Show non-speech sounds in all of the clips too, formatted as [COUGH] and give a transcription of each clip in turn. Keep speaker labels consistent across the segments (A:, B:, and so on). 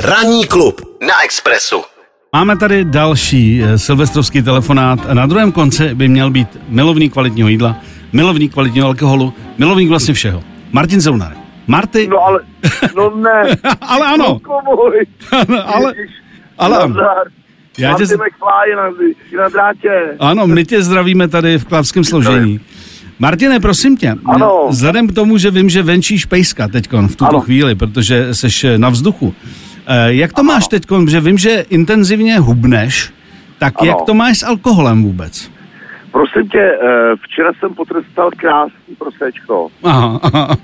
A: Ranní klub na Expressu.
B: Máme tady další eh, silvestrovský telefonát. Na druhém konci by měl být milovník kvalitního jídla, milovník kvalitního alkoholu, milovník vlastně všeho. Martin Zeunar. Marty,
C: No ale, no ne.
B: [LAUGHS] ale ano,
C: Komuj.
B: ale, ale ano. Já
C: Já
B: tě
C: tě...
B: z-
C: McFly na, na drátě.
B: Ano, my tě zdravíme tady v klavském složení. Martine, prosím tě,
C: Ano.
B: vzhledem k tomu, že vím, že venčíš pejska teď v tuto
C: Ano.
B: chvíli, protože jsi na vzduchu, eh, jak to máš teď, že vím, že intenzivně hubneš, tak
C: Ano.
B: jak to máš s alkoholem vůbec?
C: Prosím tě, eh, včera jsem potrestal krásný prosečko.
B: Aha, aha,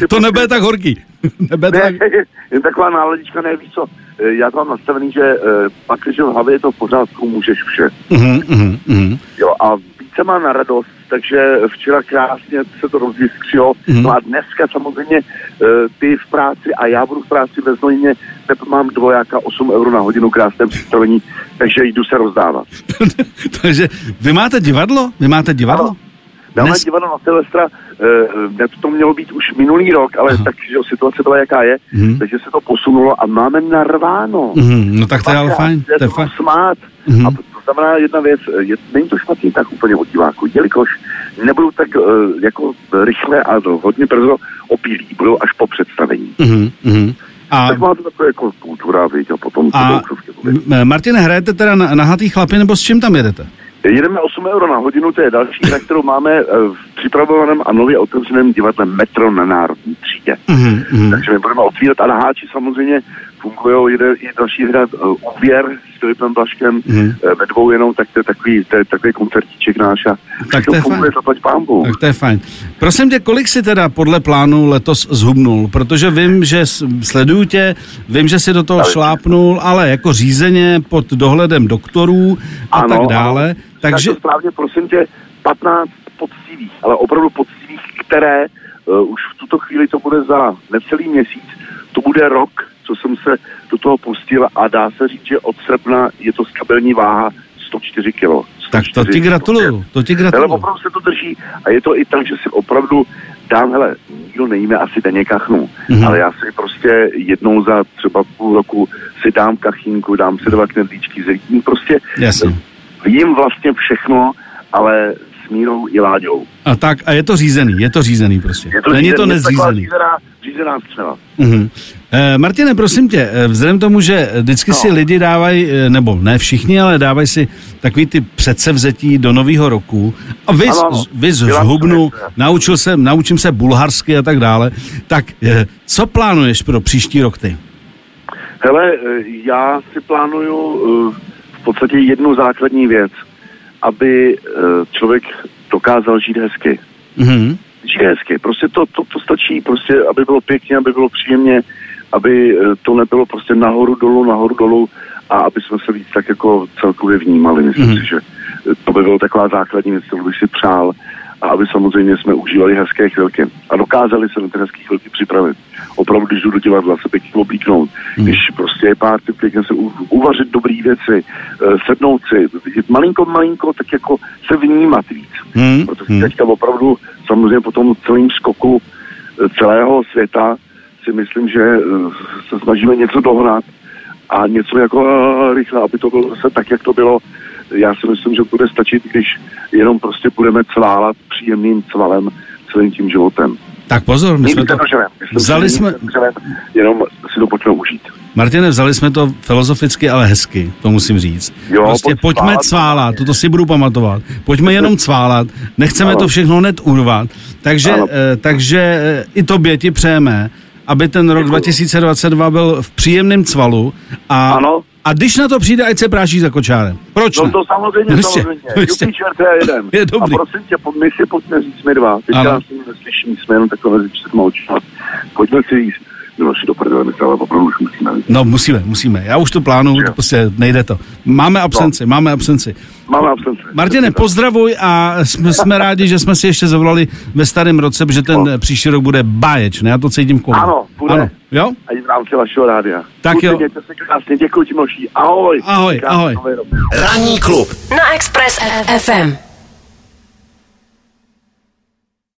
B: to, to nebude tak horký. [LAUGHS] Nebude tak...
C: Ne, [LAUGHS] je taková náladička, nevíš co. Eh, Já to mám nastavený, že eh, pak, když je v hlavě je to v pořádku, můžeš vše.
B: Mhm, mhm, mhm. [LAUGHS]
C: Jo, a více má na radost, takže včera krásně se to rozjiskřilo.
B: Mhm.
C: No a dneska samozřejmě eh, ty v práci a já budu v práci ve Zlíně, tep mám dvojáka 8 euro na hodinu, krásné představení, takže jdu se rozdávat.
B: Takže vy máte divadlo? Vy máte divadlo?
C: Ano. Dáme
B: Dnes-
C: Dnes... divadlo na Silvestra, eh, eh, to mělo být už minulý rok, ale
B: Aha.
C: Aha. tak, že jo, situace byla jaká je,
B: Mhm.
C: takže se to posunulo a máme narváno.
B: Mhm, no tak to je ale
C: Dvakrát
B: fajn.
C: se
B: To je fajn.
C: budu smát.
B: Mhm.
C: A to znamená jedna věc, eh, je, není to špatný tak úplně od diváku, jelikož nebudou tak eh, jako rychle a do- hodně brzo opilí, budou až po představení.
B: Mhm, mhm. A
C: Tak má to takové jako kultura, viď, a potom to
B: A
C: budou křovky mluvit.
B: M- Martine, hrajete teda na, na hatý chlapy, nebo s čím tam jedete?
C: Jedeme 8 euro na hodinu, to je další hra, kterou máme eh, v připravovaném a nově otevřeném divadle Metro na Národní třídě.
B: Mm-hmm,
C: Takže my budeme otvírat a na háči samozřejmě fungují jede, je další hra uh, Uvěr s Filipem Blaškem
B: Mhm.
C: mm. ve dvou jenom, tak to je takový, to je takový koncertíček náš a
B: Tak to
C: to
B: je
C: funguje,
B: fajn.
C: zaplať pámbu.
B: Tak to je fajn. Prosím tě, kolik jsi teda podle plánu letos zhubnul? Protože vím, že s- sleduju tě, vím, že jsi do toho
C: Ale-
B: šlápnul, ale jako řízeně pod dohledem doktorů a
C: Ano,
B: tak
C: ano.
B: dále. Takže,
C: Tak to správně, prosím tě, 15 poctivých, ale opravdu poctivých, které uh, už v tuto chvíli to bude za necelý měsíc, to bude rok, co jsem se do toho pustil a dá se říct, že od srpna je to stabilní váha 104 kg.
B: tak to ti gratuluju, to ti [LAUGHS]
C: Hele,
B: gratuluju.
C: opravdu se to drží a je to i tak, že si opravdu dám, hele, nikdo nejíme asi denně kachnu,
B: Mhm.
C: mm-hmm. ale já si prostě jednou za třeba půl roku si dám kachínku, dám si dva knedlíčky s rýdím, prostě
B: Jasně.
C: vím vlastně všechno, ale s mírou i láďou.
B: A tak, a je to řízený, je to řízený prostě. Není
C: řízený,
B: to
C: je taková
B: nezřízený.
C: Řízená, řízená střela.
B: Mm-hmm. Eh, Martine, prosím tě, eh, vzhledem k tomu, že vždycky
C: No.
B: si lidi dávají, eh, nebo ne všichni, ale dávají si takový ty předsevzetí do nového roku. A vy,
C: Ano, ano.
B: z- vy z
C: Dělám
B: zhubnu,
C: to, ne?
B: naučil jsem, naučím se bulharsky a tak dále. Tak eh, co plánuješ pro příští rok ty?
C: Hele, eh, já si plánuju eh, v podstatě jednu základní věc, aby eh, člověk dokázal žít hezky.
B: Mm-hmm.
C: žije hezky. Prostě to, to, to stačí, prostě, aby bylo pěkně, aby bylo příjemně, aby eh, to nebylo prostě nahoru dolů, nahoru dolů a aby jsme se víc tak jako celkově vnímali. Myslím
B: Mhm.
C: mm. si, že eh, to by bylo taková základní věc, kterou bych si přál a aby samozřejmě jsme užívali hezké chvilky a dokázali se na ty hezké chvilky připravit. Opravdu, když jdu do divadla, se pěkně oblíknout,
B: Mhm.
C: mm. když prostě je pár, ty pěkně se u, uvařit dobrý věci, eh, sednout si, malinko, malinko, tak jako se vnímat víc protože
B: Mm-hmm.
C: teďka opravdu samozřejmě po tom celém skoku eh, celého světa si myslím, že eh, se snažíme něco dohnat a něco jako eh, rychle, aby to bylo zase tak, jak to bylo. Já si myslím, že bude stačit, když jenom prostě budeme cválat příjemným cvalem celým tím životem.
B: Tak pozor, my
C: Nikdy
B: jsme
C: to
B: to,
C: dožerem. Myslím,
B: vzali
C: že nikdy
B: jsme-
C: to nedožerem, jenom si to pojďme užít.
B: Martine, vzali jsme to filozoficky, ale hezky, to musím říct.
C: Jo,
B: prostě
C: pojď
B: pojďme
C: cválat.
B: cválat, toto si budu pamatovat. Pojďme jenom cválat, nechceme
C: Ano.
B: to všechno hned urvat. Takže,
C: Ano.
B: eh, takže eh, i tobě ti přejeme, aby ten rok
C: Děkuju.
B: 2022 byl v příjemném cvalu a,
C: Ano.
B: a když na to přijde, ať se práší za kočárem. Proč
C: No
B: ne?
C: to samozřejmě,
B: Jistě, no
C: samozřejmě.
B: jistě.
C: Jupí čert, já jedem.
B: Je dobrý.
C: A prosím tě, po- my si pojďme říct my dva. Teď
B: Ano.
C: já si neslyším, jsme jenom takhle mezi čtyřma očima. Pojďme si říct. No, si do prdele, my se ale opravdu už musíme. vidět.
B: No musíme, musíme. Já už to plánuju, to prostě nejde to. Máme absenci,
C: No.
B: máme absenci.
C: Máme absence.
B: Martine, pozdravuj a jsme, jsme rádi, že jsme si ještě zavolali ve starém roce, protože ten
C: No.
B: eh, příští rok bude báječný, já to cítím kolem.
C: Ano, bude.
B: Ano, jo?
C: A i v rámci vašeho rádia.
B: Tak
C: Kluci,
B: jo.
C: Mějte se krásně, děkuji ti množí. Ahoj.
B: Ahoj,
C: Krásný
B: ahoj.
C: nový rok.
A: Ranní klub.
D: na Express FM.